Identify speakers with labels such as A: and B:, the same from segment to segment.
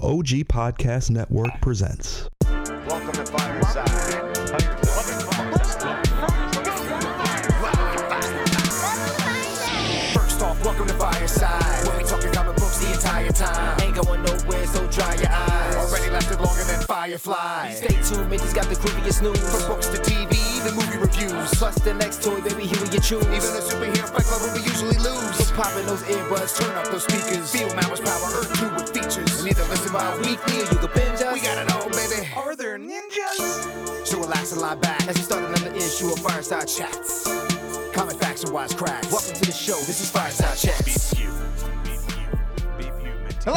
A: OG Podcast Network presents.
B: Welcome to Fireside. First off, welcome to Fireside. When we talking comic books the entire time. Ain't going nowhere, so dry your eyes. Already lasted longer than Firefly.
C: Stay tuned, Mitch's got the creepiest
B: From
C: news.
B: books to TV, even movie reviews.
C: Plus the next toy, baby, here we you
B: Even
C: choose.
B: a superhero fight club where we usually lose.
C: So popping those earbuds,
B: Turn up those speakers. Feel Mama's power, Earth 2 with features. And either listen by
C: weekly,
B: weekly
C: or you can binge us.
B: We got it all, baby.
C: Are there ninjas?
B: So relax and lie back.
C: As we start another issue of Fireside Chat.
B: Chats. Common facts and wise cracks.
C: Welcome to the show. This is Fireside Chats.
B: Hello, hello,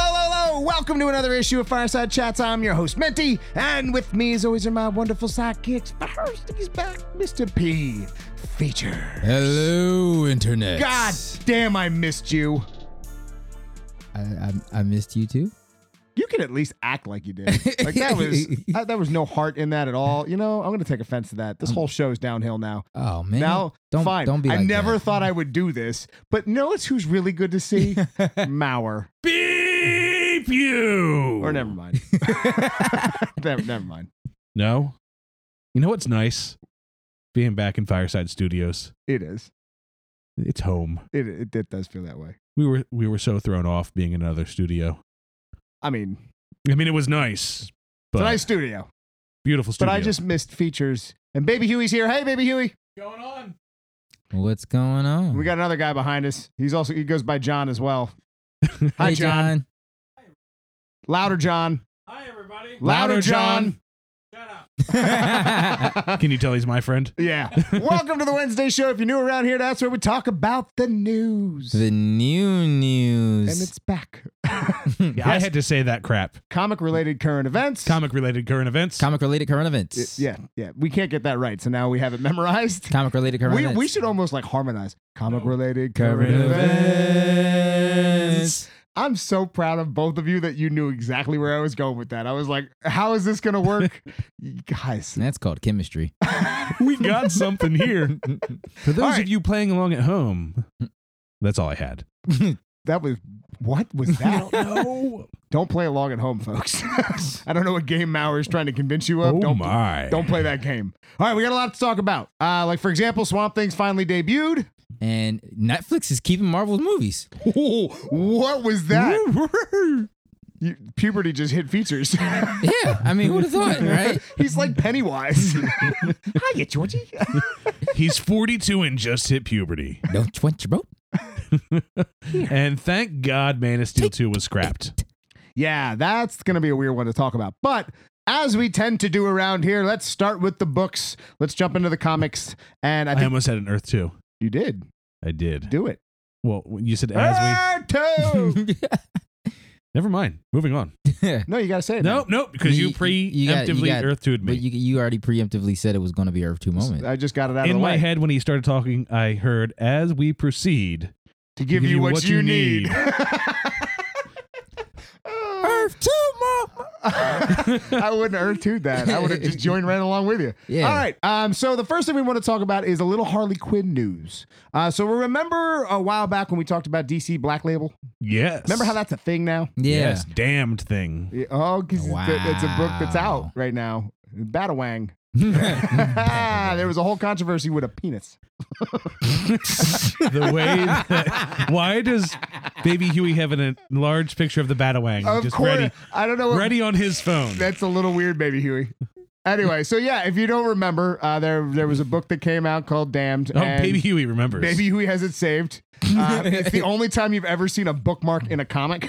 B: hello. Welcome to another issue of Fireside Chats. I'm your host, Menti. And with me, as always, are my wonderful sidekicks. First, he's back, Mr. P. Feature.
D: Hello, internet.
B: God damn, I missed you.
D: I, I, I missed you too.
B: You can at least act like you did. Like that was uh, there was no heart in that at all. You know, I'm gonna take offense to that. This whole show is downhill now.
D: Oh man.
B: Now,
D: don't
B: fine.
D: Don't be
B: I
D: like
B: never
D: that.
B: thought I would do this, but notice who's really good to see? Mauer.
E: Beep you.
B: Or never mind. never, never mind.
E: No. You know what's nice? Being back in Fireside Studios.
B: It is.
E: It's home.
B: It, it it does feel that way.
E: We were we were so thrown off being in another studio.
B: I mean,
E: I mean, it was nice, but
B: it's a nice studio,
E: beautiful
B: but
E: studio.
B: I just missed features. And Baby Huey's here. Hey, Baby Huey.
E: going on.
D: What's going on?
B: We got another guy behind us. He's also he goes by John as well. Hi,
D: hey,
B: John.
D: John.
B: Louder, John.
E: Hi everybody.
B: Louder,
D: Louder,
B: John.
D: John.
E: Shut up.
B: yeah.
E: Can you tell he's my friend?
B: Welcome to the Wednesday show. If you're new around here, that's where we talk about the news.
D: The new
B: and
D: news.
B: it's back.
E: Yeah, I had to say that crap.
B: Comic related current events.
E: Comic related current events.
D: Comic related current
B: Y-
D: events.
B: yeah, yeah. We can't get that right, so now we have it memorized.
D: Comic related current
B: We,
D: events.
B: we should almost like harmonize comic related current
D: current
B: events.
D: events.
B: I'm so proud of both of you that you knew exactly where I was going with that. I was like, how is this going to work? You Guys,
D: That's called chemistry.
E: we got something here. For those
B: right.
E: of you playing along at home, that's all I had.
B: that was what was that?
E: know.
B: don't play along at home, folks. I don't know what game Maurer is trying to convince you of.
E: Oh
B: don't
E: my.
B: don't play that game. All right, we got a lot to talk about. Uh, like for example, Swamp Thing's finally debuted.
D: And Netflix is keeping Marvel's movies.
B: what was that? You- puberty just hit features.
D: Yeah. I mean, who would have thought, right?
B: He's like Pennywise. Hiya, Georgie.
E: He's 42 and just hit puberty.
D: Don't you want your boat?
E: And thank God Man of Steel 2 was scrapped.
B: yeah, that's going to be a weird one to talk about. But as we tend to do around here, let's start with the books. Let's jump into the comics. And I
E: I
B: think
E: almost had an Earth 2.
B: you did.
E: I did.
B: Do Ah! it.
E: Well, you said as we.
B: Erto!
E: Never mind. Moving on.
B: no, you got to say it.
E: Nope, nope. Because you,
D: You- you got- you
E: preemptively
D: got-
E: Earth 2'd
D: But
E: me.
D: you, you already preemptively said it was going to be Earth 2
B: now.
D: moment.
B: I just got it out of
E: In
B: the
E: my
B: way.
E: head, when he started talking, I heard, as we proceed.
B: to give, you, what, you need.
D: Earth 2 moment.
B: I wouldn't have tooed that. I would have just joined right along with you.
D: Yeah.
B: All right. Um, so the first thing we want to talk about is a little Harley Quinn news. Uh, so remember a while back when we talked about DC Black Label?
E: Yes.
B: Remember how that's a thing now?
D: Yeah.
E: Yes. Damned thing.
B: Yeah, Oh, because it's a book that's out
D: Wow.
B: right now. Batawang. there was a whole controversy with a penis.
E: the way that. Why does Baby Huey have an enlarged picture of the Batawang?
B: Of
E: just
B: course.
E: ready,
B: I don't know what
E: ready on his phone.
B: That's a little weird, baby Huey. Anyway, so yeah, if you don't remember, uh, there there was a book that came out called Damned.
E: Oh,
B: and
E: Baby Huey remembers.
B: Baby Huey has it saved. Uh, it's the only time you've ever seen a bookmark in a comic.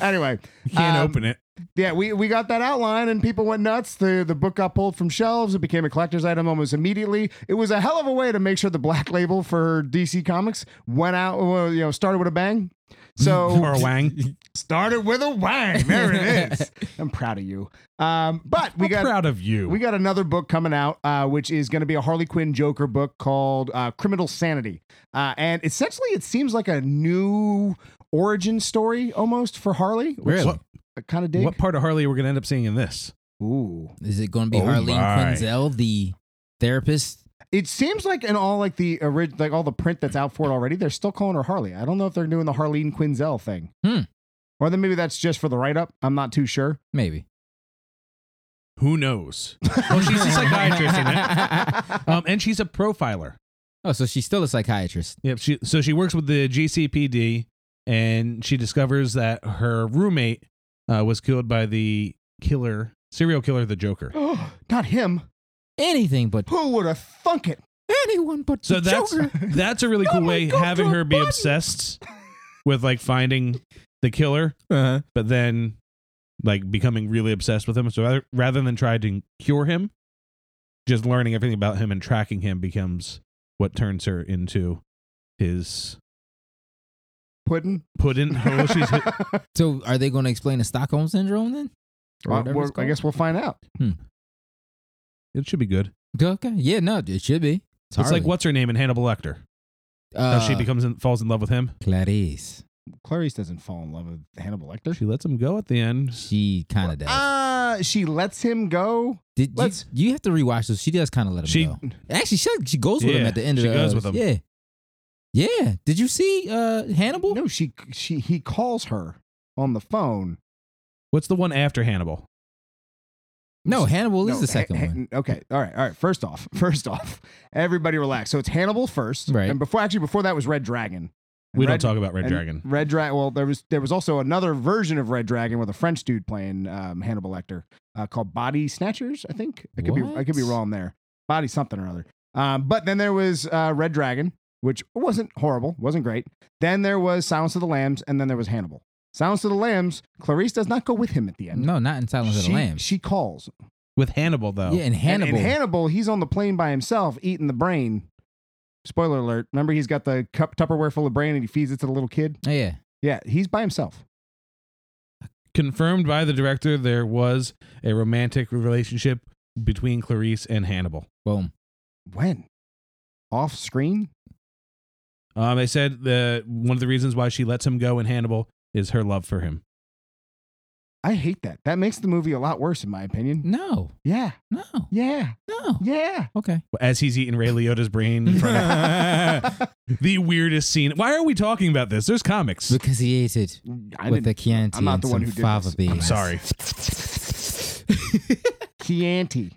B: anyway,
E: can't
B: um,
E: open it.
B: yeah, we, we got that outline and people went nuts. The the book got pulled from shelves. It became a collector's item almost immediately. It was a hell of a way to make sure the black label for DC Comics went out. well, You know, started with a bang. So
E: Or a Wang.
B: started with a wang. There it is. I'm proud of you. Um, but we
E: I'm
B: got
E: proud of you.
B: we got another book coming out, uh, which is going to be a Harley Quinn Joker book called uh, Criminal Sanity. Uh, and essentially, it seems like a new origin story almost for Harley. Which
D: Really?
B: kind of dig.
E: What part of Harley are we gonna end up seeing in this?
B: Ooh.
D: Is it going to be
E: Oh
D: Harlene
E: my.
D: Quinzel, the therapist?
B: It seems like in all like the orig- like all the print that's out for it already, they're still calling her Harley. I don't know if they're doing the Harleen Quinzel thing.
D: Hmm.
B: Or then maybe that's just for the write up. I'm not too sure.
D: Maybe.
E: Who knows? Well, she's a psychiatrist, isn't it? um, and she's a profiler.
D: Oh, so she's still a psychiatrist.
E: Yep. She so she works with the GCPD, and she discovers that her roommate uh, was killed by the killer, serial killer, the Joker.
B: Oh, not him.
D: Anything but
B: Who would have thunk it?
D: anyone but
E: So
D: the
E: that's
D: Joker.
E: that's a really
D: Oh
E: cool
D: my
E: way
D: God,
E: having
D: Joe
E: her be
D: Biden.
E: obsessed with like finding the killer,
D: Uh-huh.
E: but then like becoming really obsessed with him. So rather, rather than try to cure him, just learning everything about him and tracking him becomes what turns her into his
B: Puddin.
E: puddin. Well, she's
D: So are they going to explain the Stockholm syndrome then? Or
B: Uh,
D: whatever
B: we're-
D: it's
B: I
D: called?
B: guess we'll find out.
E: it should be good.
D: Okay. Yeah. No, it should be. It's,
E: It's like what's her name in Hannibal Lecter.
D: Uh,
E: How she becomes in, falls in love with him.
D: Clarice.
B: Clarice doesn't fall in love with Hannibal Lecter.
E: She lets him go at the end.
D: She kind of does.
E: Ah,
B: Uh, she lets him go.
D: Did you,
B: let's-
D: you have to rewatch this? She does kind of let him
E: She-
D: go. Actually, she she goes with him
E: Yeah,
D: at the end
E: she
D: of the.
E: goes with him.
D: Yeah. Yeah. Did you see uh Hannibal?
B: No, she she he calls her on the phone.
E: What's the one after Hannibal?
D: No, Hannibal
B: No,
D: is the second
B: Han-
D: one.
B: Han- Okay, all right, all right. First off, first off, everybody relax. So it's Hannibal first,
D: Right.
B: And before actually before that was Red Dragon. And
E: We
B: Red-
E: don't talk about Red
B: and
E: Dragon.
B: Red Dragon. Well, there was there was also another version of Red Dragon with a French dude playing um, Hannibal Lecter uh, called Body Snatchers. I think I could be I could be
D: What?
B: wrong there. Body something or other. Um, but then there was uh, Red Dragon, which wasn't horrible, wasn't great. Then there was Silence of the Lambs, and then there was Hannibal. Silence of the Lambs. Clarice does not go with him at the end.
D: No, not in Silence of
B: she,
D: the Lambs.
B: she calls.
E: With Hannibal, though.
D: yeah, in
B: And
D: Hannibal.
B: in Hannibal, he's on the plane by himself eating the brain. Spoiler alert. Remember, he's got the cup Tupperware full of brain and he feeds it to the little kid?
D: Oh, yeah.
B: Yeah, he's by himself.
E: Confirmed by the director, there was a romantic relationship between Clarice and Hannibal.
D: Boom.
B: When? Off screen?
E: Um, they said that one of the reasons why she lets him go in Hannibal is her love for him.
B: I hate that. That makes the movie a lot worse, in my
E: Mm.
B: opinion.
D: No.
B: Yeah,
D: No.
B: yeah,
D: No.
B: yeah.
D: Okay.
E: As he's eating Ray Liotta's brain. in front of- the weirdest scene. Why are we talking about this? There's comics.
D: Because he ate it
B: I
D: with a
B: didn't-
D: Chianti
B: I'm not
D: and
B: the one
D: some
B: who did
D: fava
B: this.
D: beans.
E: I'm sorry.
B: Chianti.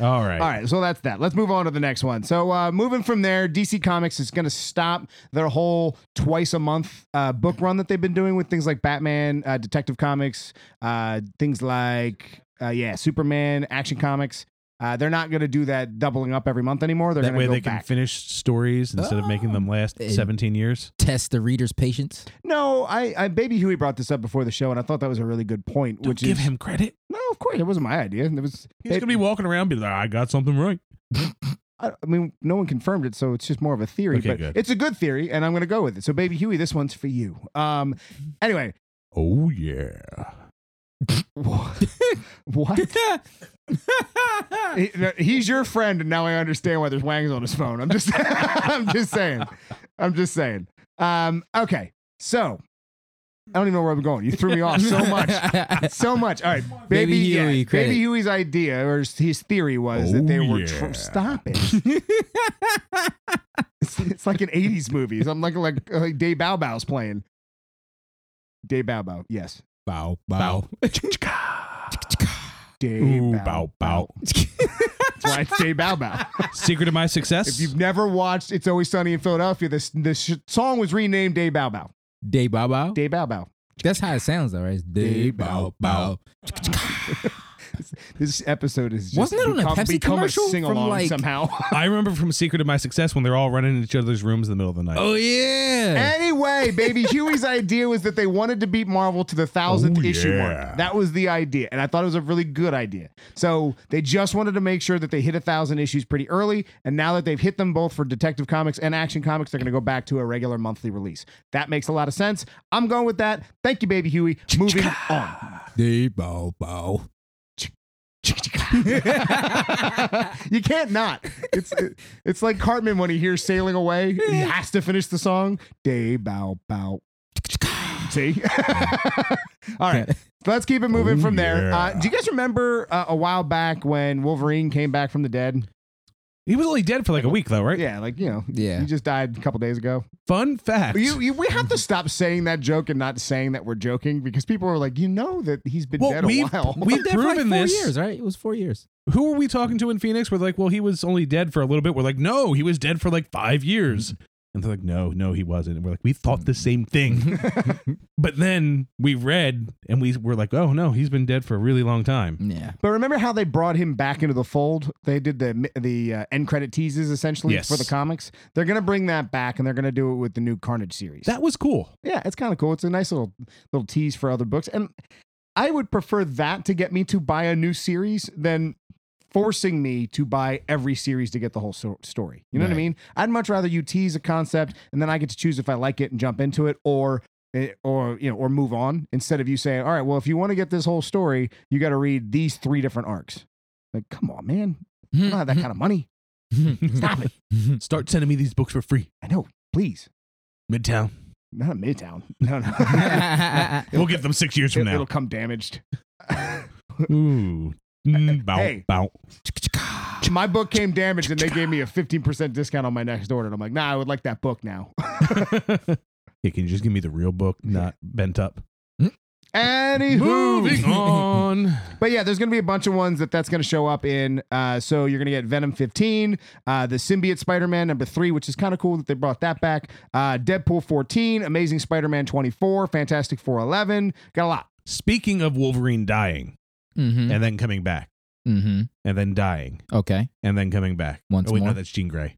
E: All right.
B: All right, so that's that. Let's move on to the next one. So uh, moving from there, DC Comics is going to stop their whole twice a month uh, book run that they've been doing with things like Batman, uh, Detective Comics, uh, things like uh, yeah, Superman, Action Comics. Uh, they're not going to do that doubling up every month anymore. They're
E: That
B: going
E: way
B: to go
E: they
B: back.
E: can finish stories instead of making them last
D: Oh.
E: 17 years.
D: Test the reader's patience.
B: no, I, I baby Huey brought this up before the show, and I thought that was a really good point.
E: Don't
B: which
E: give
B: is
E: him credit.
B: no, of course, it wasn't my idea. It was. it-
E: He's going to be walking around be like, I got something right.
B: I, I mean, no one confirmed it, so it's just more of a theory.
E: Okay,
B: but
E: good.
B: it's a good theory, and I'm going to go with it. So, baby Huey, this one's for you. Um, anyway,
E: Oh, yeah.
B: what? He- no, he's your friend, and now I understand why there's wangs on his phone. I'm just, I'm just saying, I'm just saying. Um, okay, so I don't even know where I'm going. You threw me off Oh, so much. So much. All right, baby,
D: Baby
B: yeah,
D: Huey credit.
B: baby Huey's idea or his theory was that they
E: Oh,
B: were. Tr-
E: yeah.
B: stop it. It's, it's like an '80s movie. I'm like like like Dave Bow Bow's playing. Dave Bow Bow, yes.
D: bow, bow.
B: Dave
E: Ooh, bow, bow.
B: That's why it's Dave Bow Bow.
E: Secret of my success.
B: if you've never watched "It's Always Sunny in Philadelphia," this this sh- song was renamed Dave Bow Bow.
D: Day bow bow.
B: Dave Bow Bow.
D: That's how it sounds though, right? It's Day bow bow.
B: This episode is just
D: Wasn't it on a
B: become,
D: Pepsi
B: become
D: commercial
B: a
D: from,
B: sing-along
D: like-
B: somehow.
E: I remember from Secret of My Success when they're all running in each other's rooms in the middle of the night.
D: Oh yeah.
B: Anyway, baby, Huey's idea was that they wanted to beat Marvel to the thousandth
E: Oh,
B: issue
E: yeah.
B: mark. That was the idea, and I thought it was a really good idea. So they just wanted to make sure that they hit a thousand issues pretty early, and now that they've hit them both for Detective Comics and Action Comics, they're going to go back to a regular monthly release. That makes a lot of sense. I'm going with that. Thank you, baby Huey. Moving on.
D: Day bow bow.
B: you can't not. It's it's like Cartman when he hears "Sailing Away," he has to finish the song. Day bow bow. See? All right. Let's keep it moving
E: Oh,
B: from there.
E: yeah.
B: Uh, do you guys remember uh, a while back when Wolverine came back from the dead?
E: He was only dead for like a week though, right?
B: Yeah, like you know,
D: Yeah.
B: he just died a couple days ago.
E: Fun fact.
B: You, you, we have to stop saying that joke and not saying that we're joking because people are like, you know, that he's been
E: Well,
B: dead a
E: we've-
B: while.
E: we've
D: Dead for like
E: proven
D: four
E: this.
D: years, right? It was four years.
E: Who were we talking to in Phoenix? We're like, well, he was only dead for a little bit. We're like, no, he was dead for like five
B: Mm-hmm.
E: years. And they're like, no, no, he wasn't. And we're like, we thought the same thing. but then we read and we were like, oh no, he's been dead for a really long time.
D: Yeah.
B: But remember how they brought him back into the fold? They did the the uh, end credit teases essentially
E: Yes.
B: for the comics. They're gonna bring that back, and they're gonna do it with the new Carnage series.
E: That was cool.
B: yeah, it's kind of cool. It's a nice little little tease for other books, and I would prefer that to get me to buy a new series than forcing me to buy every series to get the whole so- story. You know what I
D: Right.
B: mean? I'd much rather you tease a concept, and then I get to choose if I like it and jump into it, or eh, or you know, or move on instead of you saying, "All right, well, if you want to get this whole story, you got to read these three different arcs." Like, come on, man! I
D: Mm-hmm.
B: don't have that kind of money. Stop it!
E: Start sending me these books for free.
B: I know. Please,
E: Midtown.
B: not a midtown. No, no.
E: We'll give them six years from
B: It-
E: now.
B: It'll come damaged.
E: Ooh. Mm, bow,
B: Hey.
E: bow.
D: Mm-hmm.
B: my book came damaged and they gave me a 15% discount on my next order. And I'm like, nah, I would like that book now.
E: Hey, can you just give me the real book, not bent up?
B: Anywho.
E: Moving on.
B: But yeah, there's going to be a bunch of ones that that's going to show up in. Uh, so you're going to get Venom 15, uh, the symbiote Spider-Man number three, which is kind of cool that they brought that back. Uh, Deadpool 14, Amazing Spider-Man 24, Fantastic 411. Got a lot.
E: Speaking of Wolverine dying
D: mm-hmm.
E: and then coming back
D: mm-hmm.
E: and then dying
D: Okay.
E: and then coming back.
D: Once
E: oh, wait, no,
D: more?
E: that's Jean Grey.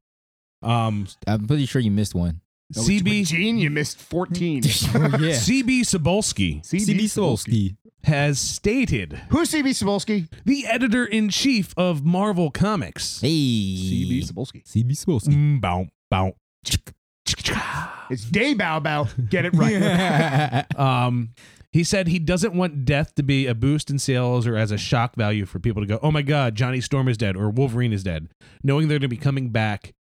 E: Um,
D: I'm pretty sure you missed one.
E: CB
B: Gene, you missed 14.
D: Oh, yeah.
E: CB Sobolski
B: CB
E: has stated
B: Who's CB Sobolski?
E: the editor in chief of Marvel Comics.
D: Hey.
B: Sobolski.
D: CB Sobolski.
E: Mm, bow, bow.
B: It's Day Bow Bow. Get it Mm, right.
E: Um, he said he doesn't want death to be a boost in sales or as a shock value for people to go, oh my God, Johnny Storm is dead or Wolverine is dead. Knowing they're going to be coming back,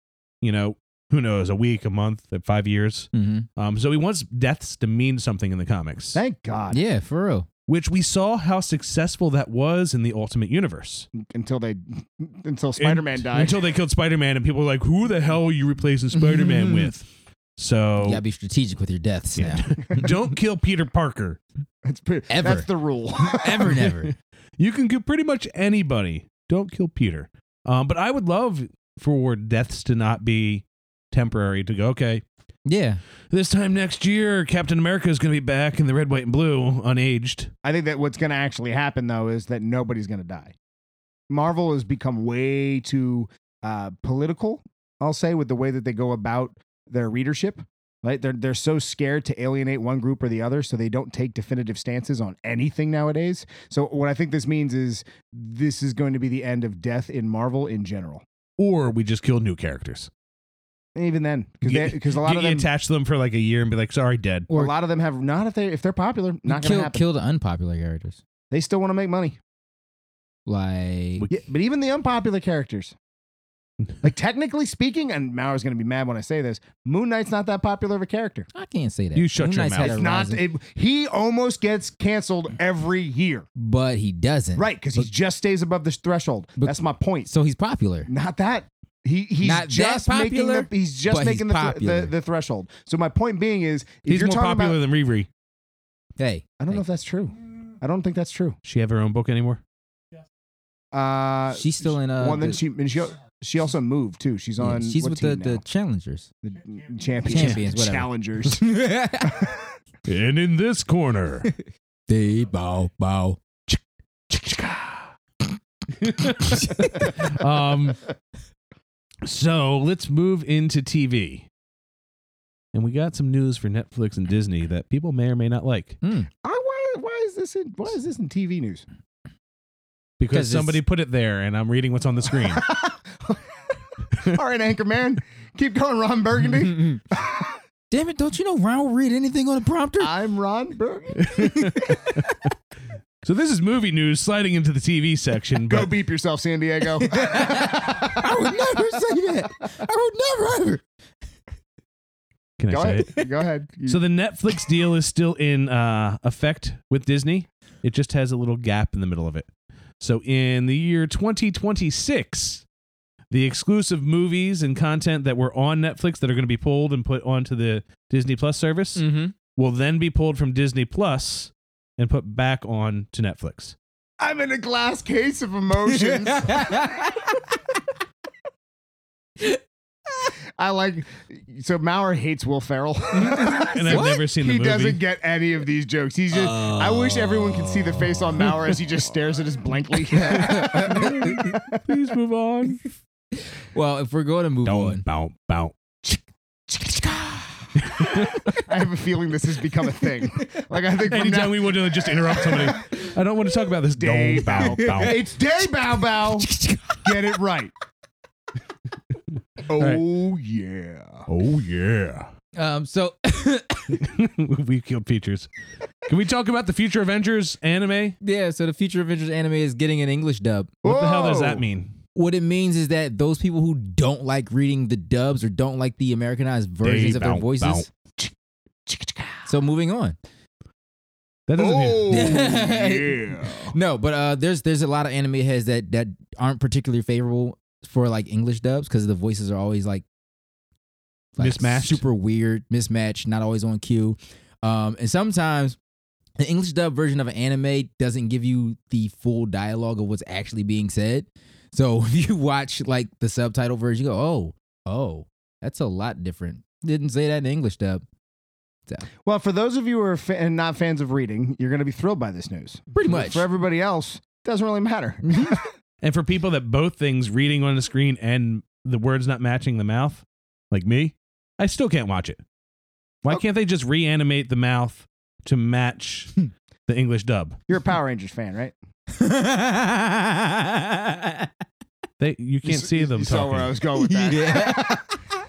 E: you know, who knows, a week, a month, uh, five years.
D: mm-hmm.
E: Um, so he wants deaths to mean something in the comics,
B: Thank God.
D: Yeah, for real.
E: which we saw how successful that was in the Ultimate Universe.
B: Until they, until Spider-Man
E: Un-
B: died.
E: Until they killed Spider Man and people were like, who the hell are you replacing Spider Man with? So
D: You gotta be strategic with your deaths
E: Oh. Yeah.
D: now.
E: don't kill Peter Parker.
B: That's pretty,
D: Ever.
B: That's the rule.
D: Ever, never.
E: You can kill pretty much anybody. Don't kill Peter. Um, but I would love for deaths to not be temporary. To go, okay,
D: Yeah.
E: this time next year, Captain America is going to be back in the red, white, and blue, unaged.
B: I think that what's going to actually happen though is that nobody's going to die. Marvel has become way too uh, political. I'll say with the way that they go about their readership. Right? They're they're so scared to alienate one group or the other, so they don't take definitive stances on anything nowadays. So what I think this means is this is going to be the end of death in Marvel in general.
E: Or we just kill new characters.
B: Even then, because
E: Get-
B: because a lot
E: get-
B: of
E: you
B: them,
E: attach them for like a year and be like, sorry, dead.
B: a lot of them have not if they if they're popular, not going to
D: kill,
B: happen.
D: kill the unpopular characters.
B: They still want to make money.
D: Like,
E: We-
B: Yeah, but even the unpopular characters. Like technically speaking, and Maurer's gonna be mad when I say this, Moon Knight's not that popular of a character.
D: I can't say that.
E: You shut
D: Moon
E: your
D: Knight's
E: mouth.
D: had a
B: It's not
D: rising-
B: it, he almost gets canceled every year.
D: but he doesn't.
B: Right, because he
D: But-
B: just stays above this threshold.
D: But-
B: That's my point.
D: So he's popular.
B: Not that. He, he's
D: Not that
B: just making
D: popular,
B: the he's just
D: but
B: making
D: he's
B: the, thr-
D: popular.
B: the the threshold. So my point being is if
E: He's
B: you're
E: more
B: talking
E: popular
B: about
E: than Riri.
D: Hey.
B: I don't know
D: hey,
B: if that's true. I don't think that's true.
E: She have her own book anymore?
B: Uh
D: She's still in. Uh,
B: well, and then
D: the-
B: she and she she also moved too. She's
D: yeah,
B: on
D: she's
B: what
D: with the,
B: team
D: the
B: now?
D: challengers.
B: the champions,
D: Champions, whatever.
B: challengers.
E: And in this corner,
D: they bow bow.
E: um, so let's move into TV. And we got some news for Netflix and Disney that people may or may not like
B: I, why, why is this in why is this in TV news?
E: because
D: 'Cause it's-
E: somebody put it there and I'm reading what's on the screen.
B: All right, Anchorman, keep going, Ron Burgundy.
D: Damn it! Don't you know Ron will read anything on a prompter?
B: I'm Ron Burgundy.
E: so this is movie news sliding into the TV section.
B: Go
E: but
B: beep yourself, San Diego.
D: I would never say that. I would never ever.
E: can I
B: Go
E: say it?
B: ahead. Go ahead. You-
E: So the Netflix deal is still in uh, effect with Disney. It just has a little gap in the middle of it. So in the year 2026, the exclusive movies and content that were on Netflix that are going to be pulled and put onto the Disney Plus service
F: Mm-hmm.
E: will then be pulled from Disney Plus and put back on to Netflix.
B: I'm in a glass case of emotions. I like so Maurer hates Will Ferrell.
E: And I've never seen the
B: he
E: movie.
B: doesn't get any of these jokes. He's just.
D: Uh,
B: I wish everyone could see the face on Maurer as he just stares at us blankly.
E: Please move on.
F: Well, if we're going to move on,
E: bounce, bounce.
B: I have a feeling this has become a thing. Like I think from
E: Anytime
B: now,
E: we want to just interrupt somebody, I don't want to talk about this.
B: Day
E: Don't bow, bow.
B: it's day bow bow. Get it right. Oh yeah.
E: Oh yeah.
F: um, so
E: we killed features. Can we talk about the future Avengers anime?
F: yeah, so the Future Avengers anime is getting an English dub.
E: What the hell does
B: Whoa.
E: that mean?
F: What it means is that those people who don't like reading the dubs or don't like the Americanized versions of their
E: bow,
F: voices. So moving on.
E: That doesn't mean
B: Oh
F: mean-
B: yeah.
F: No, but uh, there's there's a lot of anime heads that that aren't particularly favorable for like English dubs because the voices are always like,
E: Mismatched.
F: super weird, mismatched, not always on cue, um, and sometimes the English dub version of an anime doesn't give you the full dialogue of what's actually being said. So if you watch like the subtitle version, you go, oh, oh, that's a lot different. Didn't say that in English dub.
B: Well, for those of you who are fa- and not fans of reading, you're going to be thrilled by this news.
F: Pretty much.
B: For everybody else, doesn't really matter.
E: And for people that both things reading on the screen and the words not matching the mouth, like me, I still can't watch it. Why
B: Oh.
E: can't they just reanimate the mouth to match the English dub?
B: You're a Power Rangers fan, right?
E: They you can't see them
B: You saw
E: talking,
B: where I was going with that.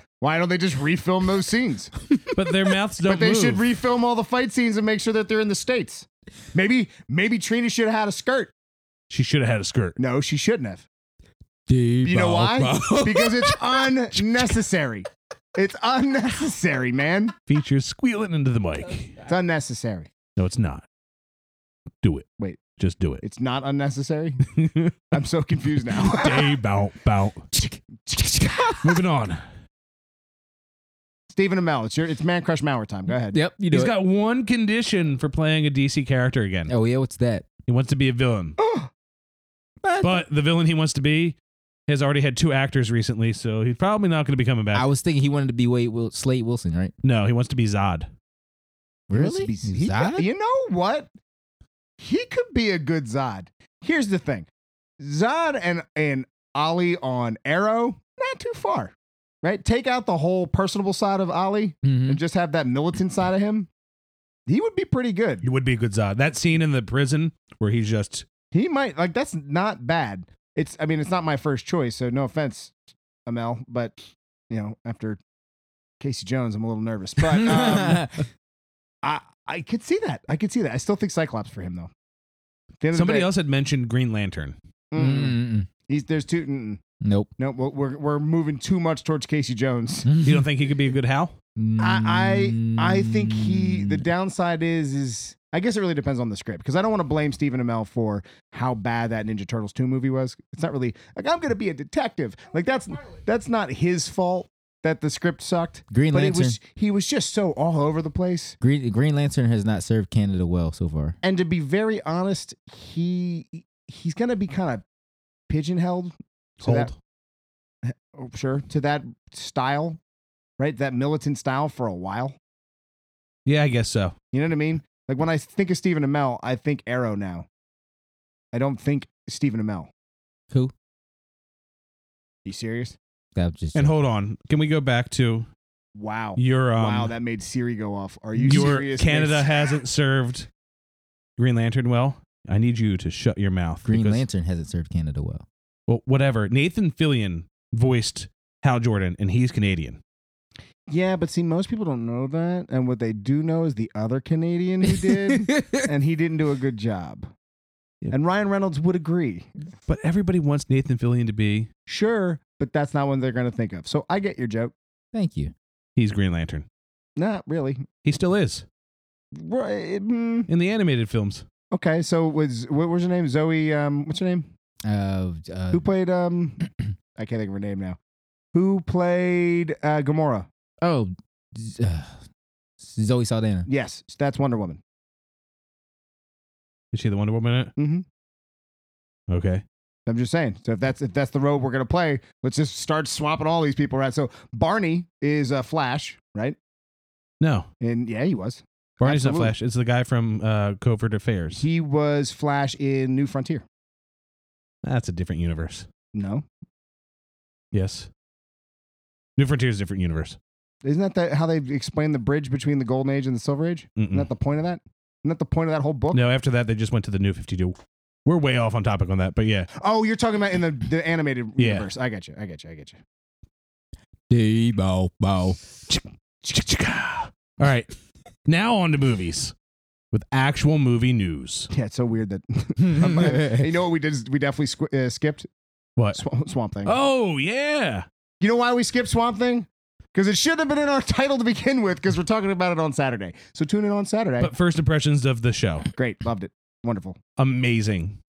B: Why don't they just refilm those scenes?
E: but their mouths don't.
B: but they
E: move.
B: should refilm all the fight scenes and make sure that they're in the states. Maybe, maybe Trina should have had a skirt.
E: She should have had a skirt.
B: No, she shouldn't have.
F: Deep
B: You know why?
F: bow, bow.
B: Because it's unnecessary. It's unnecessary, man.
E: Features squealing into the mic.
B: It's unnecessary.
E: No, it's not. Do it.
B: Wait.
E: Just do it.
B: It's not unnecessary. I'm so confused now.
E: Day bout bout. Moving on.
B: Stephen Amell, it's your it's Man Crush Mauer time. Go ahead.
F: Yep, you do
E: He's
F: it.
E: got one condition for playing a DC character again.
F: oh yeah, what's that?
E: He wants to be a villain. But the villain he wants to be has already had two actors recently, so he's probably not going to be coming back.
F: I was thinking he wanted to be Wade Wil- Slade Wilson, right?
E: no, he wants to be Zod.
B: He must be- he
F: Zod?
B: could- you know what? He could be a good Zod. Here's the thing Zod and, and Ollie on Arrow, not too far, right? Take out the whole personable side of Ollie
F: Mhm.
B: and just have that militant side of him. He would be pretty good.
E: He would be a good Zod. That scene in the prison where he's just
B: He might, like, that's not bad. It's, I mean, it's not my first choice, so no offense, Amel, but, you know, after Casey Jones, I'm a little nervous. But um, I, I could see that. I could see that. I still think Cyclops for him, though. At the end of the
E: somebody
B: day-
E: else had mentioned Green Lantern.
B: Mm.
F: Mm-mm-mm.
B: He's there's two. Mm,
F: Mm-hmm. Nope.
B: no, we're, we're we're moving too much towards Casey Jones.
E: You don't think he could be a good Hal?
B: I I I think he.
F: Mm.
E: Mm.
B: The downside is is I guess it really depends on the script because I don't want to blame Stephen Amell for how bad that Ninja Turtles two movie was. It's not really like I'm gonna be a detective. Like that's that's not his fault that the script sucked.
F: Green
B: But it
F: Lantern.
B: was he was just so all over the place.
F: Green Green Lantern has not served Canada well so far.
B: and to be very honest, he he's gonna be kind of pigeonholed. To that, oh, sure, to that style, right? That militant style for a while.
E: Yeah, I guess so.
B: You know what I mean? Like when I think of Stephen Amell, I think Arrow now. I don't think Stephen Amell.
F: Who?
B: You serious?
F: That was just
E: And hold on, can we go back to
B: Wow.
E: your um,
B: wow, that made Siri go off. Are you
E: your
B: serious?
E: Canada
B: Nick?
E: hasn't served Green Lantern well? I need you to shut your mouth.
F: Green
E: because-
F: Lantern hasn't served Canada well.
E: Well, whatever. Nathan Fillion voiced Hal Jordan, and he's Canadian.
B: Yeah, but see, most people don't know that. And what they do know is the other Canadian who did. and he didn't do a good job.
E: Yeah.
B: And Ryan Reynolds would agree.
E: But everybody wants Nathan Fillion to be.
B: Sure, but that's not what they're going to think of. So I get your joke.
F: Thank you.
E: He's Green Lantern.
B: Not really.
E: He still is
B: Right, mm,
E: in the animated films.
B: Okay, so was what was her name? Zoe. Um, what's her name?
F: Uh, uh,
B: Who played um I can't think of her name now. Who played uh, Gamora?
F: Oh, z- uh, Zoe Saldana.
B: Yes, that's Wonder Woman.
E: Is she the Wonder Woman in it?
B: hmm Mm-hmm.
E: Okay.
B: I'm just saying. So if that's if that's the road we're gonna play, let's just start swapping all these people around. So Barney is a Flash, right?
E: No.
B: And yeah, he was.
E: Barney's
B: Absolutely.
E: not Flash. It's the guy from uh, Covert Affairs.
B: He was Flash in New Frontier.
E: That's a different universe.
B: No,
E: Yes. New Frontier is a different universe.
B: isn't that the, how they explain the bridge between the Golden Age and the Silver Age?
E: Mm-mm.
B: Isn't that the point of that? Isn't that the point of that whole book?
E: No, after that, they just went to the New 52. We're way off on topic on that, but yeah.
B: Oh, you're talking about in the, the animated
E: Yeah.
B: universe. I got you. I got you. I got you.
F: Debo, bow.
E: All right. Now on to movies with actual movie news.
B: Yeah, it's so weird that you know what we did? is We definitely squ- uh, skipped
E: What?
B: Swamp, Swamp Thing.
E: Oh, yeah.
B: You know why we skipped Swamp Thing? Because it should have been in our title to begin with. Because we're talking about it on Saturday. So tune in on Saturday.
E: But first impressions of the show.
B: Great, loved it. Wonderful.
E: Amazing.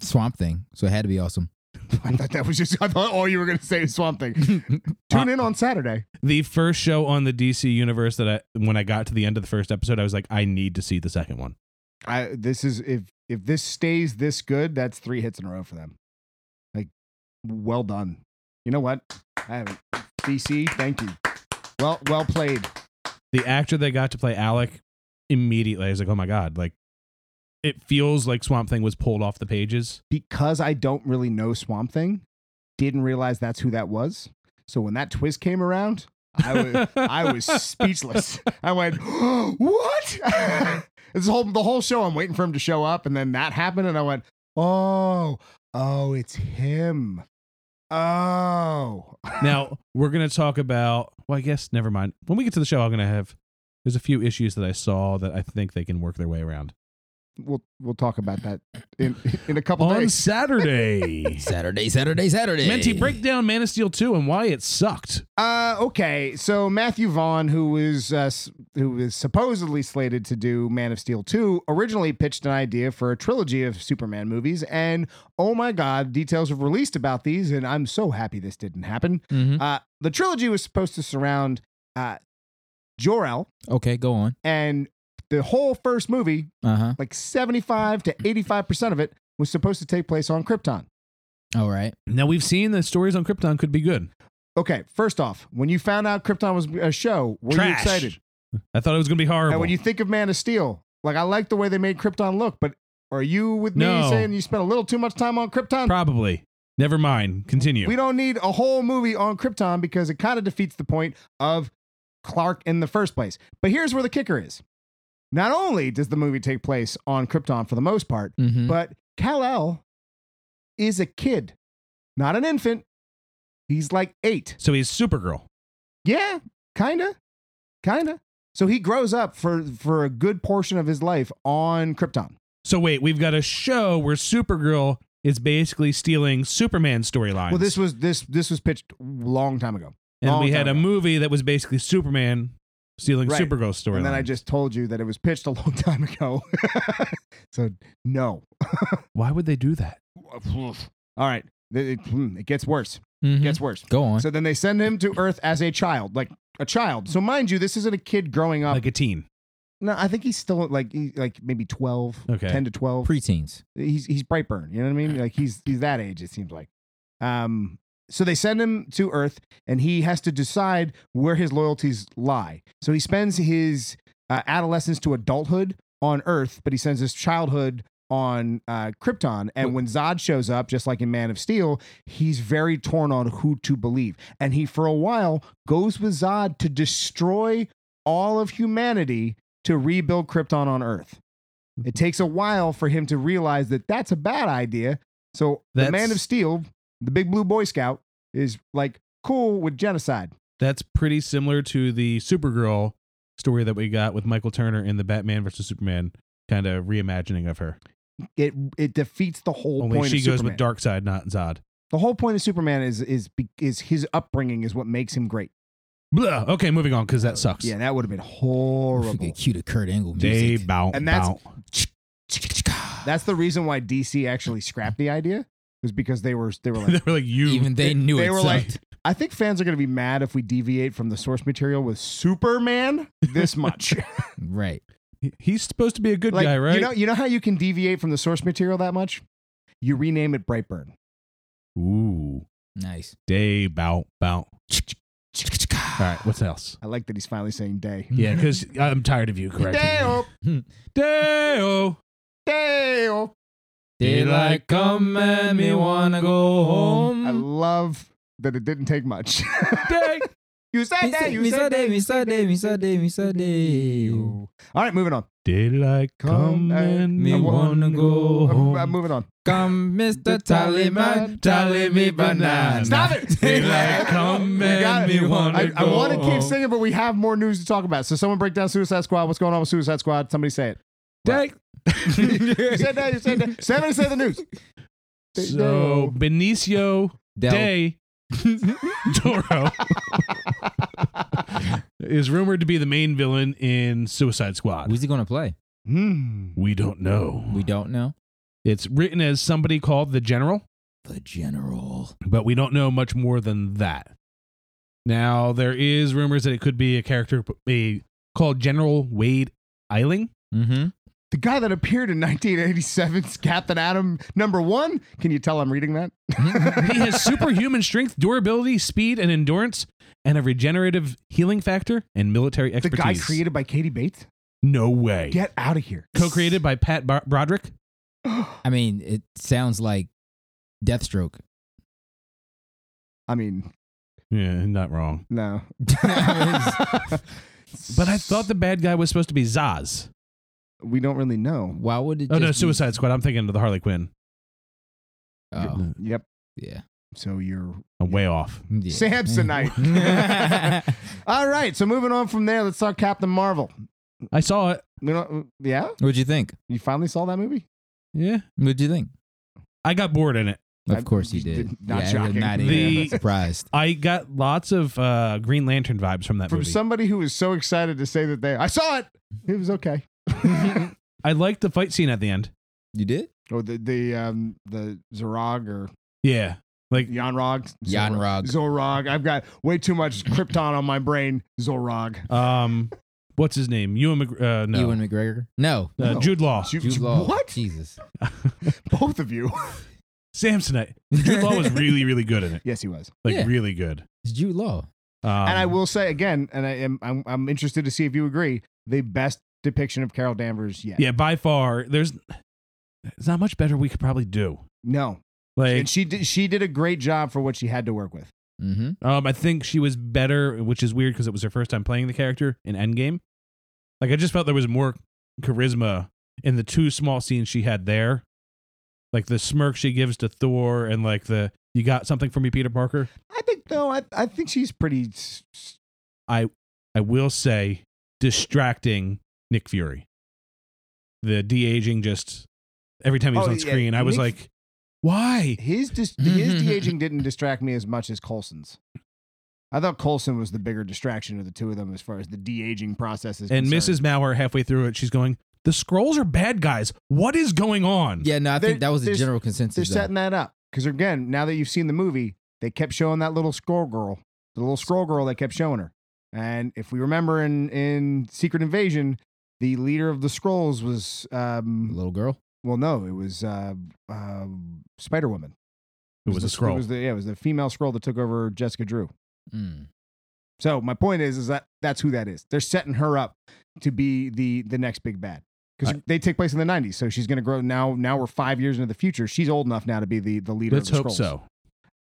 F: Swamp Thing. So it had to be awesome.
B: I thought that was just. I thought all you were going to say is Swamp Thing. Tune in on Saturday.
E: The first show on the DC universe that I, when I got to the end of the first episode, I was like, I need to see the second one.
B: I this is if if this stays this good, that's three hits in a row for them. Like, well done. You know what? I haven't. DC, thank you. Well, well played.
E: the actor they got to play Alec immediately, I was like, oh my god, like it feels like Swamp Thing was pulled off the pages.
B: Because I don't really know Swamp Thing, didn't realize that's who that was. So when that twist came around, I was I was speechless. I went, what? this whole the whole show, I'm waiting for him to show up, and then that happened, and I went, oh, oh, it's him. Oh,
E: now we're gonna talk about. Well, I guess never mind. When we get to the show, I'm gonna have. There's a few issues that I saw that I think they can work their way around
B: we'll we'll talk about that in in a couple
E: on
B: days.
E: Saturday.
F: Saturday, Saturday, Saturday.
E: Menti, break down Man of Steel 2 and why it sucked.
B: Uh, okay, so Matthew Vaughn, who was uh, s- who was supposedly slated to do Man of Steel two, originally pitched an idea for a trilogy of Superman movies, and oh my God, details have released about these, and I'm so happy this didn't happen.
E: Mm-hmm.
F: Mhm.
B: Uh, the trilogy was supposed to surround uh, Jor El,
F: Okay, go on.
B: and the whole first movie
F: Uh huh.
B: like 75 to 85% of it was supposed to take place on Krypton.
F: All right.
E: Now we've seen that stories on Krypton could be good.
B: Okay, first off, when you found out Krypton was a show, were you
E: Trash.
B: excited?
E: I thought it was gonna be horrible.
B: And when you think of Man of Steel, like I like the way they made Krypton look, but are you with me
E: No.
B: saying you spent a little too much time on Krypton?
E: Probably. Never mind. Continue.
B: We don't need a whole movie on Krypton because it kind of defeats the point of Clark in the first place. But here's where the kicker is. Not only does the movie take place on Krypton for the most part,
F: Mm-hmm.
B: but Kal-El is a kid, not an infant. He's like 8.
E: so he's Supergirl.
B: Yeah, kinda, kinda. So he grows up for for a good portion of his life on Krypton.
E: So wait, we've got a show where Supergirl is basically stealing Superman storylines.
B: Well, this was this this was pitched long time ago,
E: and
B: long
E: we
B: time
E: had a
B: ago.
E: movie that was basically Superman stealing
B: Right.
E: Supergirl storylines.
B: and then I just told you that it was pitched a long time ago. so no.
E: why would they do that?
B: All right, it, it- hmm, it gets worse. It
F: Mhm.
E: Mm-hmm.
B: gets worse.
F: Go on.
B: So then they send him to Earth as a child, like a child. So mind you, this isn't a kid growing up.
E: like a teen.
B: no, I think he's still like he, like maybe 12,
E: Okay.
B: 10 to 12.
F: Preteens.
B: he's he's Brightburn. You know what I mean? Like he's he's that age. It seems like. Um. So they send him to Earth, and he has to decide where his loyalties lie. So he spends his uh, adolescence to adulthood on Earth, but he spends his childhood on uh, Krypton. And when Zod shows up, just like in Man of Steel, he's very torn on who to believe. And he, for a while, goes with Zod to destroy all of humanity to rebuild Krypton on Earth.
E: Mm-hmm.
B: It takes a while for him to realize that that's a bad idea. So the Man
E: That's-
B: of Steel, the big blue Boy Scout, is like cool with genocide.
E: That's pretty similar to the Supergirl story that we got with Michael Turner in the Batman versus Superman kind of reimagining of her.
B: It it defeats the whole
E: Only
B: point.
E: she
B: of
E: goes
B: Superman.
E: with Darkseid, not Zod.
B: The whole point of Superman is is be- is his upbringing is what makes him great.
E: Blah. Okay, moving on because that sucks.
B: Uh, Yeah, that would have been horrible.
F: Freaking cue to Kurt Angle
E: Day
F: music.
E: bow.
B: And that's-
E: bow.
B: That's the reason why DC actually scrapped the idea was because they were they were like
E: they were like you.
F: Even they knew
B: they
F: it.
B: were like,
F: sucked.
B: I think fans are going to be mad if we deviate from the source material with Superman this much.
F: right.
E: He- He's supposed to be a good
B: like,
E: guy, right?
B: You know, you know how you can deviate from the source material that much? You rename it Brightburn.
E: Ooh,
F: Nice.
E: day bow bow. All right, what's else?
B: I like that he's finally saying day.
E: Yeah, because I'm tired of you correcting. me.
B: Day-o,
E: Dale,
B: day-o.
F: Daylight come and me wanna go
B: I
F: home.
B: love that it didn't take much.
E: day.
B: you said day, you
F: me
B: said
F: Sunday,
B: day.
F: me Sunday, me Sunday, me Sunday.
B: All right, moving on.
E: Daylight come and me
F: me
E: wanna
F: wanna go
E: go home.
B: I'm, I'm moving on.
F: Come, Mr. Tallyman, tally me banana. Oh
B: Stop it!
E: Daylight come
B: You got
E: and
B: it.
E: me wanna
B: I,
E: go
B: I want to
E: home.
B: keep singing, but we have more news to talk about. So someone break down Suicide Squad. What's going on with Suicide Squad? Somebody say it.
E: Day.
B: You said that. You said that. Somebody say the news.
E: So Benicio
F: Del-
E: Day Toro is rumored to be the main villain in Suicide Squad.
F: Who's he gonna play?
B: Hmm.
E: We don't know.
F: We don't know.
E: It's written as somebody called the General,
F: The general.
E: but we don't know much more than that. Now there is rumors that it could be a character a, called General Wade Eiling.
F: Mm-hmm.
B: The guy that appeared in 1987's Captain Adam number one. Can you tell I'm reading that?
E: He has superhuman strength, durability, speed, and endurance, and a regenerative healing factor and military
B: The
E: expertise.
B: guy created by Katie Bates.
E: No way.
B: Get out of here.
E: Co-created by Pat Bar- Broderick.
F: I mean, it sounds like Deathstroke.
B: I mean,
E: Yeah, not wrong.
B: no.
E: But I thought the bad guy was supposed to be Zaz.
B: we don't really know.
F: Why would it?
E: Oh no,
F: just be-
E: Suicide Squad. I'm thinking of the Harley Quinn.
F: Oh,
B: Yep.
F: yeah.
B: So you're
E: I'm way off.
F: yeah.
B: Samsonite. all right. So moving on from there, let's talk Captain Marvel.
E: I saw it.
B: You know, yeah,
F: What'd you think?
B: you finally saw that movie.
E: Yeah,
F: What'd you think?
E: I got bored in it.
F: Of
B: I-
F: course you did.
B: not
F: yeah,
B: shocking.
F: I'm not
E: The-
F: even surprised.
E: I got lots of uh, Green Lantern vibes from that
B: From
E: movie.
B: somebody who was so excited to say that they, I saw it. It was okay.
E: I liked the fight scene at the end.
F: You did?
B: Oh, the the um the Zorog or
E: Yeah, like
B: Yanrog.
F: Yanrog.
B: Zorog. I've got way too much Krypton on my brain. Zorog.
E: um, what's his name? Ewan McG- uh, no,
F: Ewan McGregor? No.
E: uh,
B: No.
E: Jude Law.
B: Ju-
F: Jude Law.
B: What?
F: Jesus.
B: Both of you.
E: Samsonite. Jude Law was really, really good in it.
B: yes, he was.
E: Like
F: Yeah.
E: really good.
F: It's Jude Law.
E: Um,
B: and I will say again, and I am I'm, I'm interested to see if you agree. The best depiction of Carol Danvers yet.
E: Yeah, by far, there's there's not much better we could probably do.
B: No.
E: Like
B: and she did she did a great job for what she had to work with.
F: Mm-hmm.
E: Um, I think she was better, which is weird because it was her first time playing the character in Endgame. Like I just felt there was more charisma in the two small scenes she had there, like the smirk she gives to Thor and like the "you got something for me, Peter Parker."
B: I think though, I I think she's pretty. s- s-
E: I will say, distracting Nick Fury. The de aging just every time he was
B: Oh,
E: on
B: yeah,
E: screen, I was
B: Nick-
E: like, "Why?"
B: His dis-
E: Mm-hmm.
B: his de aging didn't distract me as much as Colson's. I thought Colson was the bigger distraction of the two of them as far as the de aging process is.
E: And
B: concerned.
E: Mrs. Mauer halfway through it, she's going, "The scrolls are bad guys. What is going on?"
F: Yeah, no, I
B: They're-
F: think that was the
B: they're-
F: general
B: they're
F: consensus. though.
B: setting that up because again, now that you've seen the movie, they kept showing that little scroll girl, the little scroll girl they kept showing her. And if we remember in in Secret Invasion, the leader of the scrolls was um,
F: Little girl.
B: Well, no, it was uh, uh, Spider Woman.
E: It was a
B: It
E: scroll.
B: was the yeah, it was the female scroll that took over Jessica Drew.
F: Mm.
B: So my point is, is that that's who that is. They're setting her up to be the the next big bad because
E: I-
B: they take place in the '90s. So she's going to grow now. Now we're five years into the future. She's old enough now to be the the leader.
E: Let's
B: of the
E: hope
B: Skrulls.
E: so.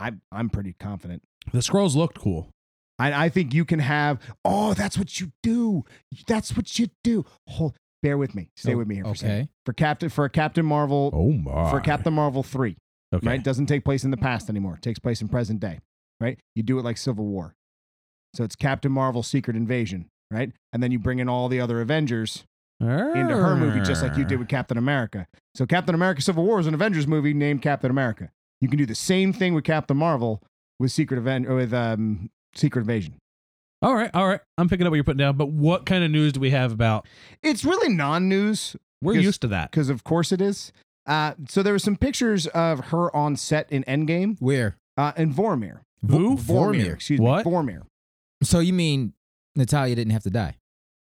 B: I'm I'm pretty confident.
E: The scrolls looked cool.
B: I I think you can have. Oh, that's what you do. That's what you do. Hold, bear with me. Stay
F: Oh,
B: with me here for a second.
F: Okay.
B: For Captain for a Captain Marvel
E: Oh my!
B: for Captain Marvel three.
E: okay.
B: right? Doesn't take place in the past anymore. It takes place in present day, right? You do it like Civil War. So it's Captain Marvel's Secret Invasion, right? And then you bring in all the other Avengers into her movie, just like you did with Captain America. So Captain America Civil War is an Avengers movie named Captain America. You can do the same thing with Captain Marvel with Secret Aven- or with um, Secret Invasion.
E: All right, all right. I'm picking up what you're putting down. But what kind of news do we have about?
B: It's really non-news
E: We're
B: Because-
E: used to that.
B: because, of course, it is. Uh, so there were some pictures of her on set in Endgame
F: Where?
B: uh, in Vormir.
E: Who?
B: Vormir. Excuse
E: What?
B: me. Vormir.
F: So you mean Natalia didn't have to die?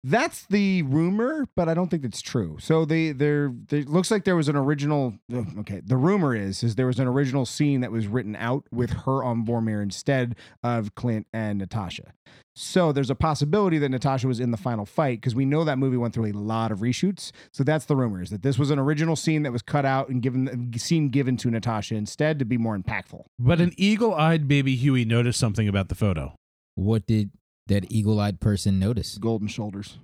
B: That's the rumor, but I don't think that's true. So they there they, looks like there was an original. ugh, Okay, the rumor is is there was an original scene that was written out with her on Vormir instead of Clint and Natasha. So there's a possibility that Natasha was in the final fight because we know that movie went through a lot of reshoots. So that's the rumor is that this was an original scene that was cut out and given scene given to Natasha instead to be more impactful.
E: But an eagle-eyed baby Huey noticed something about the photo.
F: What did that eagle-eyed person notice?
B: Golden shoulders,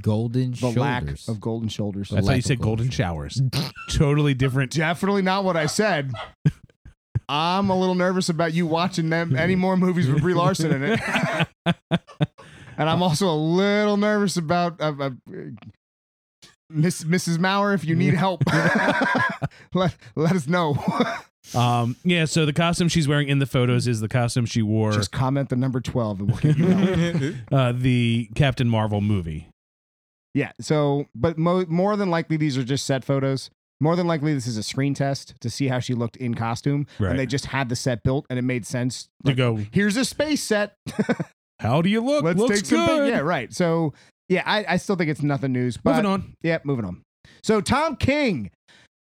F: Golden
B: the
F: shoulders.
B: lack of golden shoulders.
E: That's how
F: lack
E: you
F: of
E: said golden
F: golden
E: showers. totally different.
B: Definitely not what I said. I'm a little nervous about you watching them any more movies with Brie Larson in it, and I'm also a little nervous about uh, uh, Miss Mrs. Maurer. If you need help, let let us know.
E: Um, yeah, so the costume she's wearing in the photos is the costume she wore
B: Just comment the number twelve, and we'll get you help.
E: uh, the Captain Marvel movie.
B: Yeah. So, but mo- more than likely, these are just set photos. More than likely, this is a screen test to see how she looked in costume,
E: Right.
B: and they just had the set built, and it made sense.
E: To
B: Like,
E: go,
B: here's a space set.
E: how do you look?
B: Let's
E: Looks
B: take some. pic-
E: good.
B: Yeah, right. So yeah, I, I still think it's nothing news. But
E: Moving on.
B: Yeah, moving on. So Tom King.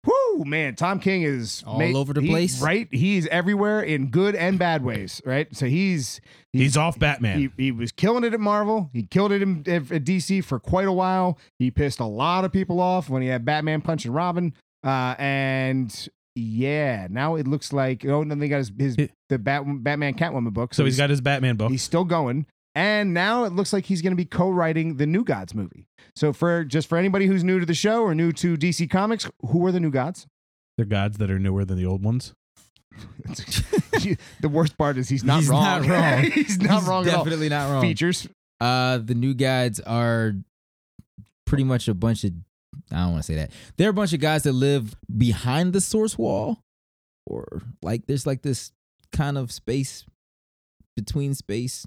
B: Whoo, man, Tom King is
F: All over the
B: he-
F: place.
B: Right? He's everywhere in good and bad ways, right? So he's
E: He's off Batman.
B: he, he was killing it at Marvel. He killed it in, at, at DC for quite a while. He pissed a lot of people off when he had Batman Punch and Robin. Uh, and yeah, now it looks like oh, and then they got his, his
E: He-
B: the Bat, Batman Catwoman book.
E: so he's got his Batman
F: Oh.
E: book.
B: He's still going. And now it looks like he's going to be co-writing the New Gods movie. So for just for anybody who's new to the show or new to DC Comics, who are the New Gods?
E: They're gods that are newer than the old ones.
B: the worst part is he's not
F: He's
B: wrong.
F: not wrong.
B: he's not
F: He's
B: wrong
F: Definitely
B: at
F: not
B: all.
F: wrong.
B: Features.
F: Uh, the new guides are pretty much a bunch of. I don't want to say that. They're a bunch of guys that live behind the source wall, or like there's like this kind of space between space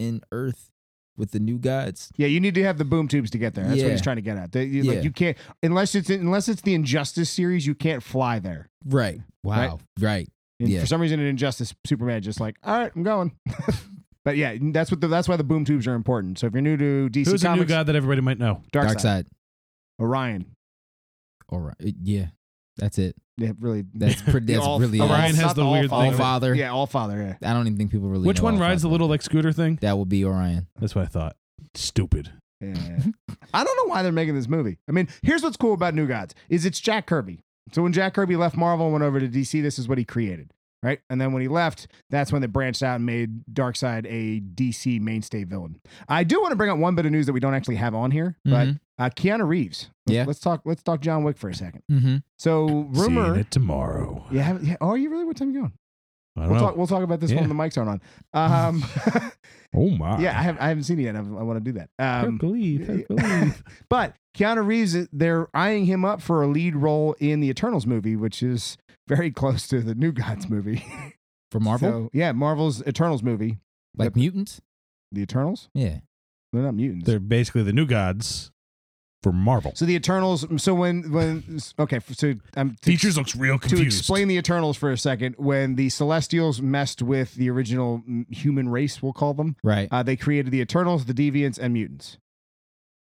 F: and Earth with the new gods.
B: Yeah, you need to have the boom tubes to get there. That's what
F: Yeah.
B: he's trying to get at. They- you- like,
F: Yeah.
B: you can't unless it's unless it's the Injustice series, you can't fly there.
F: Right. Wow. Right.
B: And
F: Yeah.
B: For some reason, in Injustice, Superman just like, all right, I'm going. but yeah, that's what the, that's why the boom tubes are important. So if you're new to DC
E: Who's a new
B: Comics,
E: god that everybody might know?
B: Dark,
F: Dark
B: Side,
F: side.
B: Orion.
F: All right. Uh, Yeah. That's it.
B: Yeah, really.
F: That's pretty. That's
B: all-
F: really.
B: all-
F: it.
E: Orion has
B: not
E: the
B: all
E: weird
B: father.
E: thing.
F: All father.
B: Yeah, all father. Yeah.
F: I don't even think people really.
E: Which
F: know
E: one
F: all
E: rides the
F: father.
E: little like scooter thing?
F: That would be Orion.
E: That's what I thought. Stupid.
B: yeah. I don't know why they're making this movie. I mean, here's what's cool about New Gods is it's Jack Kirby. So when Jack Kirby left Marvel and went over to DC, this is what he created, right? And then when he left, that's when they branched out and made Darkseid a DC mainstay villain. I do want to bring up one bit of news that we don't actually have on here,
F: Mhm.
B: but uh, Keanu Reeves. Let's-
F: Yeah.
B: Let's talk. Let's talk John Wick for a second.
F: Mm-hmm.
B: So
E: Seeing
B: rumor.
E: it tomorrow.
B: Yeah, haven't- yeah. Oh, are you really? What time are you going?
E: I don't
B: We'll
E: know.
B: talk, we'll talk about this
E: Yeah.
B: when the mics aren't on. Um,
E: oh my.
B: Yeah, I, have, I haven't seen it yet. I, want to do that.
E: Can't
B: Um, eh,
E: believe. can't believe.
B: but Keanu Reeves, eh, they're eyeing him up for a lead role in the Eternals movie, which is very close to the New Gods movie.
F: For Marvel,
B: So, yeah, Marvel's Eternals movie.
F: like
B: yep.
F: mutants.
B: The Eternals?
F: Yeah.
B: They're not mutants.
E: They're basically the new gods for Marvel.
B: so the Eternals. mm, So when when okay, so um, to,
E: Features looks real
B: to
E: confused.
B: explain the Eternals for a second, when the Celestials messed with the original mm, human race, we'll call them,
F: Right.
B: uh, they created the Eternals, the Deviants, and mutants.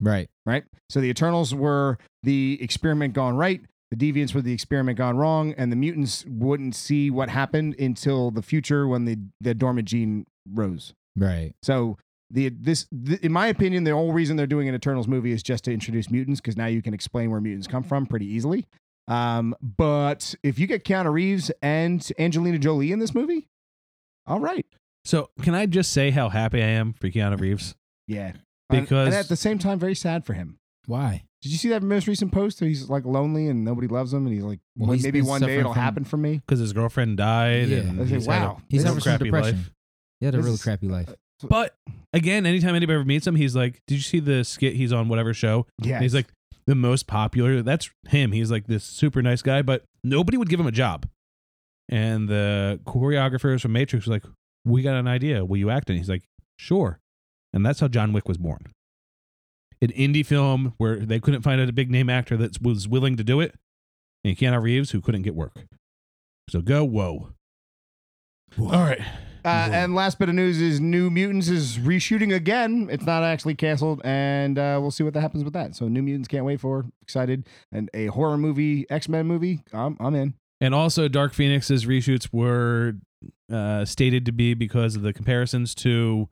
F: Right.
B: right? So the Eternals were the experiment gone right, the Deviants were the experiment gone wrong, and the mutants wouldn't see what happened until the future when the, the dormant gene rose.
F: Right.
B: So the this th- in my opinion, the whole reason they're doing an Eternals movie is just to introduce mutants because now you can explain where mutants come from pretty easily. Um, but if you get Keanu Reeves and Angelina Jolie in this movie, all right,
E: so, can I just say how happy I am for Keanu Reeves?
B: yeah. And-
E: Because-
B: and at the same time, very sad for him.
F: Why?
B: Did you see that most recent post? He's like lonely and nobody loves him, and he's like,
F: Well, he's
B: maybe
F: been
B: one day
F: suffering
B: it'll
F: from-
B: happen for me.
E: Because his girlfriend died.
F: Yeah.
E: And
B: I was
E: he's
B: like,
E: had a-
B: wow,
F: He's
B: this
E: had
F: suffering
E: a
B: is-
F: from
E: crappy
F: depression.
E: life.
F: He had a
B: This
F: real
B: is-
F: crappy life.
E: But again, anytime anybody ever meets him, he's like, "Did you see the skit he's on? Whatever show."
B: Yeah,
E: And he's like the most popular. That's him. He's like this super nice guy, but nobody would give him a job. And the choreographers from Matrix were like, "We got an idea. Will you act in?" it?" He's like, "Sure." And that's how John Wick was born. An indie film where they couldn't find a big name actor that was willing to do it. and Keanu Reeves, who couldn't get work. So go, whoa. All right.
B: Uh, and last bit of news is New Mutants is reshooting again. It's not actually canceled, and uh, we'll see what that happens with that. So New Mutants can't wait for excited and a horror movie, X Men movie. I'm I'm in.
E: And also, Dark Phoenix's reshoots were uh, stated to be because of the comparisons to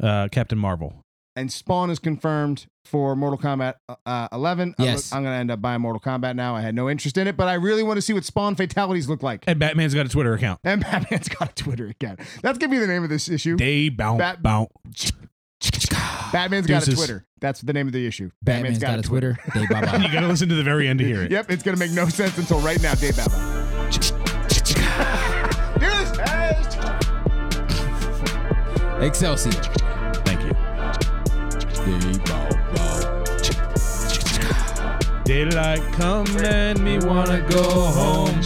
E: uh, Captain Marvel.
B: And Spawn is confirmed for Mortal Kombat uh, 11. I'm-
F: Yes.
B: I'm, gonna end up buying Mortal Kombat now. I had no interest in it, but I really want to see what Spawn fatalities look like.
E: And Batman's got a Twitter account.
B: And Batman's got a Twitter account. That's gonna be the name of this issue.
E: They bounce,
B: Bat-
E: bounce.
B: Batman's got a
E: Deuces.
B: Twitter. That's the name of the issue.
F: Batman's got, a Twitter. They bye
E: You
F: bye.
E: got to listen to the very end to hear it.
B: Yep, it's gonna make no sense until right now, Dave Batman. Do this. Hey.
F: Excelsior.
E: Thank you.
F: They bow, bow.
E: Daylight come and me wanna go home.